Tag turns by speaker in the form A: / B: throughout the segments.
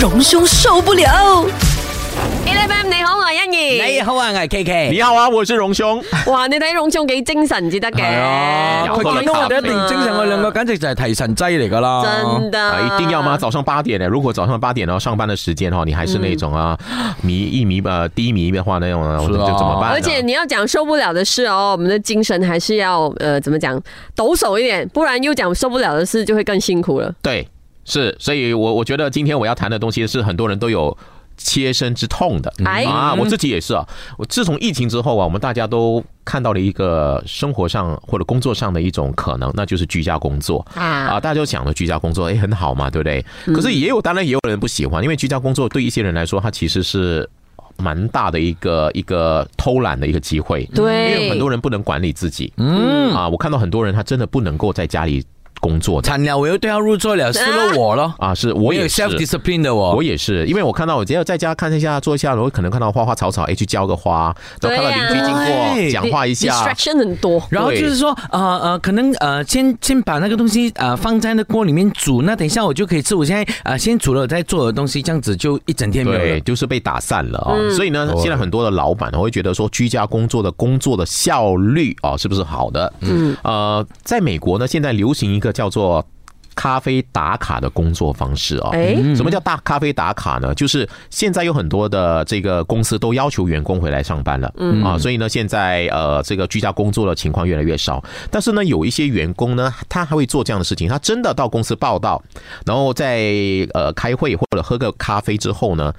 A: 隆兄受不了。
B: A F M 你好，我係欣怡。
C: 你好啊，我系 K K。
D: 你好啊，我是榮兄。
B: 哇，你睇隆重幾精神至得嘅。
C: 啊，佢
B: 我
C: 見
B: 見
C: 到
B: 啊
C: 我哋一定精神，我哋兩個簡直就係提神劑嚟㗎啦。
B: 真的
D: 啊，一定要吗？？早上八点呢？如果早上八点哦，上班的时间哦，你还是那种啊迷一迷呃低迷的话，那种呢，我
C: 是
D: 就
C: 啊
D: 怎么办呢？
B: 而且你要讲受不了的事哦，我们的精神还是要呃怎么讲抖擞一点，不然又讲受不了的事就会更辛苦了。
D: 对，是，所以我我觉得今天我要谈的东西是很多人都有。切身之痛的
B: 哎
D: 啊，我自己也是啊。我自从疫情之后啊，我们大家都看到了一个生活上或者工作上的一种可能，那就是居家工作
B: 啊
D: 啊。大家都讲了居家工作，哎，很好嘛，对不对？
C: 嗯
D: 可是也有，当然也有人不喜欢，因为居家工作对一些人来说，它其实是蛮大的一个一个偷懒的一个机会。
C: 嗯
D: 因为
B: 对，
D: 很多人不能管理自己，嗯啊，我看到很多人他真的不能够在家里工作的
C: 惨了，我又对號入座了，失了我了。
D: 啊，是我
C: 有
D: 也是
C: self。discipline 的我，
D: 我也是，因为我看到我只要在家看一下做一下，我可能看到花花草草，哎，去浇个花，然后
B: 对
D: 看到
B: 呀
D: 邻居经
C: 对
D: 过，讲话一下，
B: distraction 很多。
C: 然后就是说，呃呃，可能呃，先先把那个东西呃放在那锅里面煮，那等一下我就可以吃。我现在呃先煮了我再做我的东西，这样子就一整天没有嗯
D: 对，
C: 了。
D: 就是被打散了啊、所以呢，现在很多的老板会觉得说，居家工作的工作的效率啊，是不是好的？嗯，呃，在美国呢，现在流行一个叫做咖啡打卡的工作方式啊。
B: 哎，
D: 什么叫大咖啡打卡呢？就是现在有很多的这个公司都要求员工回来上班了，嗯啊，所以呢，现在呃这个居家工作的情况越来越少。但是呢，有一些员工呢，他还会做这样的事情，他真的到公司报道，然后在呃开会或者喝个咖啡之后呢。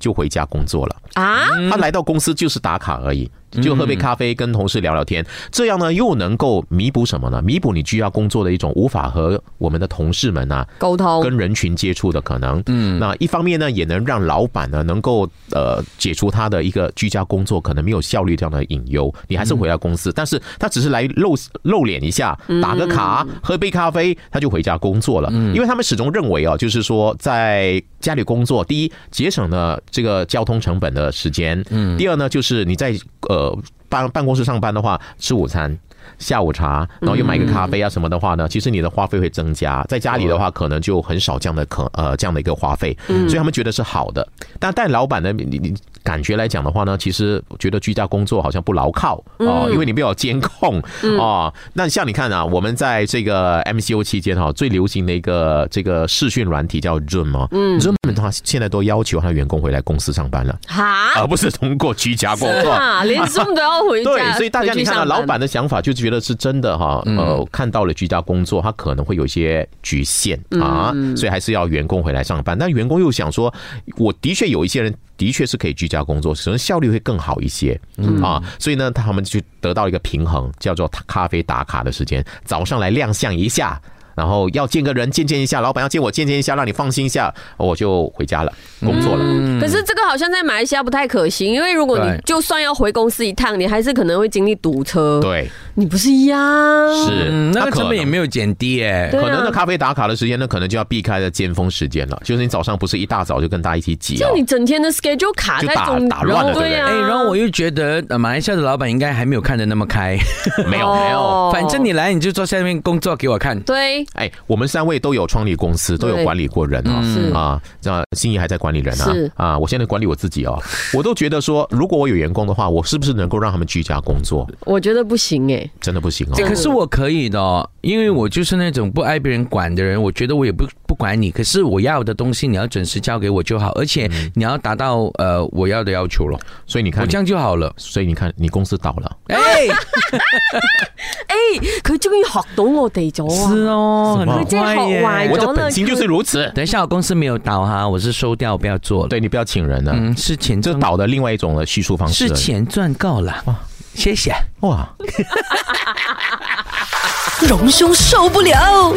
D: 就回家工作了。
B: 啊，
D: 他来到公司就是打卡而已，就喝杯咖啡，跟同事聊聊天。这样呢，又能够弥补什么呢？弥补你居家工作的一种无法和我们的同事们啊
B: 沟通
D: 跟人群接触的可能。嗯，那一方面呢，也能让老板呢能够呃解除他的一个居家工作可能没有效率这样的隐忧，你还是回到公司，但是他只是来露露脸一下，打个卡，喝杯咖啡，他就回家工作了。因为他们始终认为哦，就是说在家里工作，第一节省了这个交通成本的时间，嗯，第二呢就是你在呃办办公室上班的话，吃午餐。下午茶，然后又买个咖啡啊什么的话呢，其实你的花费会增加。在家里的话，可能就很少这样的可呃这样的一个花费，所以他们觉得是好的。但但老板呢，你你你感觉来讲的话呢，其实觉得居家工作好像不牢靠哦、因为你没有监控哦。那像你看啊，我们在这个 MCO 期间哈、最流行的一个这个视讯软体叫 Zoom 哦、z o o m 的话现在都要求他的员工回来公司上班了，
B: 哈
D: 而不是通过居家工作。
B: 啊，连 Zoom 都要回家，
D: 对，所以大家
B: 回
D: 你
B: 去
D: 看到
B: 上
D: 老
B: 班
D: 板的想法，就觉得是真的哈。
C: 嗯
D: 呃，看到了居家工作，他可能会有一些局限啊，
B: 嗯
D: 所以还是要员工回来上班。但员工又想说，我的确有一些人的确是可以居家工作，可能效率会更好一些
B: 嗯
D: 啊。所以呢，他们就得到一个平衡，叫做咖啡打卡的时间，早上来亮相一下。然后要见个人，见见一下，老板要见我，见见一下，让你放心一下，我就回家了，工作了。
B: 可是这个好像在马来西亚不太可行，因为如果你
C: 对
B: 就算要回公司一趟，你还是可能会经历堵车。，
D: 对，
B: 你不是一样？
D: 是，
C: 嗯，那
D: 他
C: 个
D: 可
C: 成本也
D: 能
C: 没有减低哎、
B: 对啊
D: 可能的咖啡打卡的时间呢，可能就要避开了尖峰时间了，就是你早上不是一大早就跟大家一起挤
B: 这
D: 啊
B: 样，你整天的 schedule 卡在中
D: 就打打乱了
B: 对呀、啊
C: 哎、然后我又觉得、呃、马来西亚的老板应该还没有看得那么开，
D: 没有
B: 哦
D: 没有。
C: 反正你来你就坐下面工作给我看。
B: 对
D: 哎，我们三位都有创立公司，都有
B: 对
D: 管理过人啊
B: 是
D: 啊，这心仪还在管理人啊
B: 是
D: 啊，我现在管理我自己哦，我都觉得说，如果我有员工的话，我是不是能够让他们居家工作？
B: 我觉得不行哎、
D: 真的不行哦
C: 这。可是我可以的、哦，因为我就是那种不爱别人管的人。我觉得我也不不管你，可是我要的东西你要准时交给我就好，而且你要达到呃我要的要求咯，
D: 所以你
C: 我
D: 嗯看
C: 这，样就好了。
D: 所以你看，你公司倒了，
C: 哎、
B: 哎、佢終於學到我哋咗
C: 是
B: 啊！
C: 哦，
D: 什么
C: 很
B: 佢真
C: 快
B: 係學
C: 耶。
B: 壞
D: 我
B: 咗啦
D: 的本性就是如此。
C: 等一下，我公司没有倒哈，我是收掉，我不要做了。
D: 对你不要请人了，
C: 嗯，是钱
D: 这
C: 赚，
D: 倒的另外一种的叙述方式而
C: 是
D: 已。
C: 钱赚够了。谢谢。
D: 哇，
A: 荣兄受不了。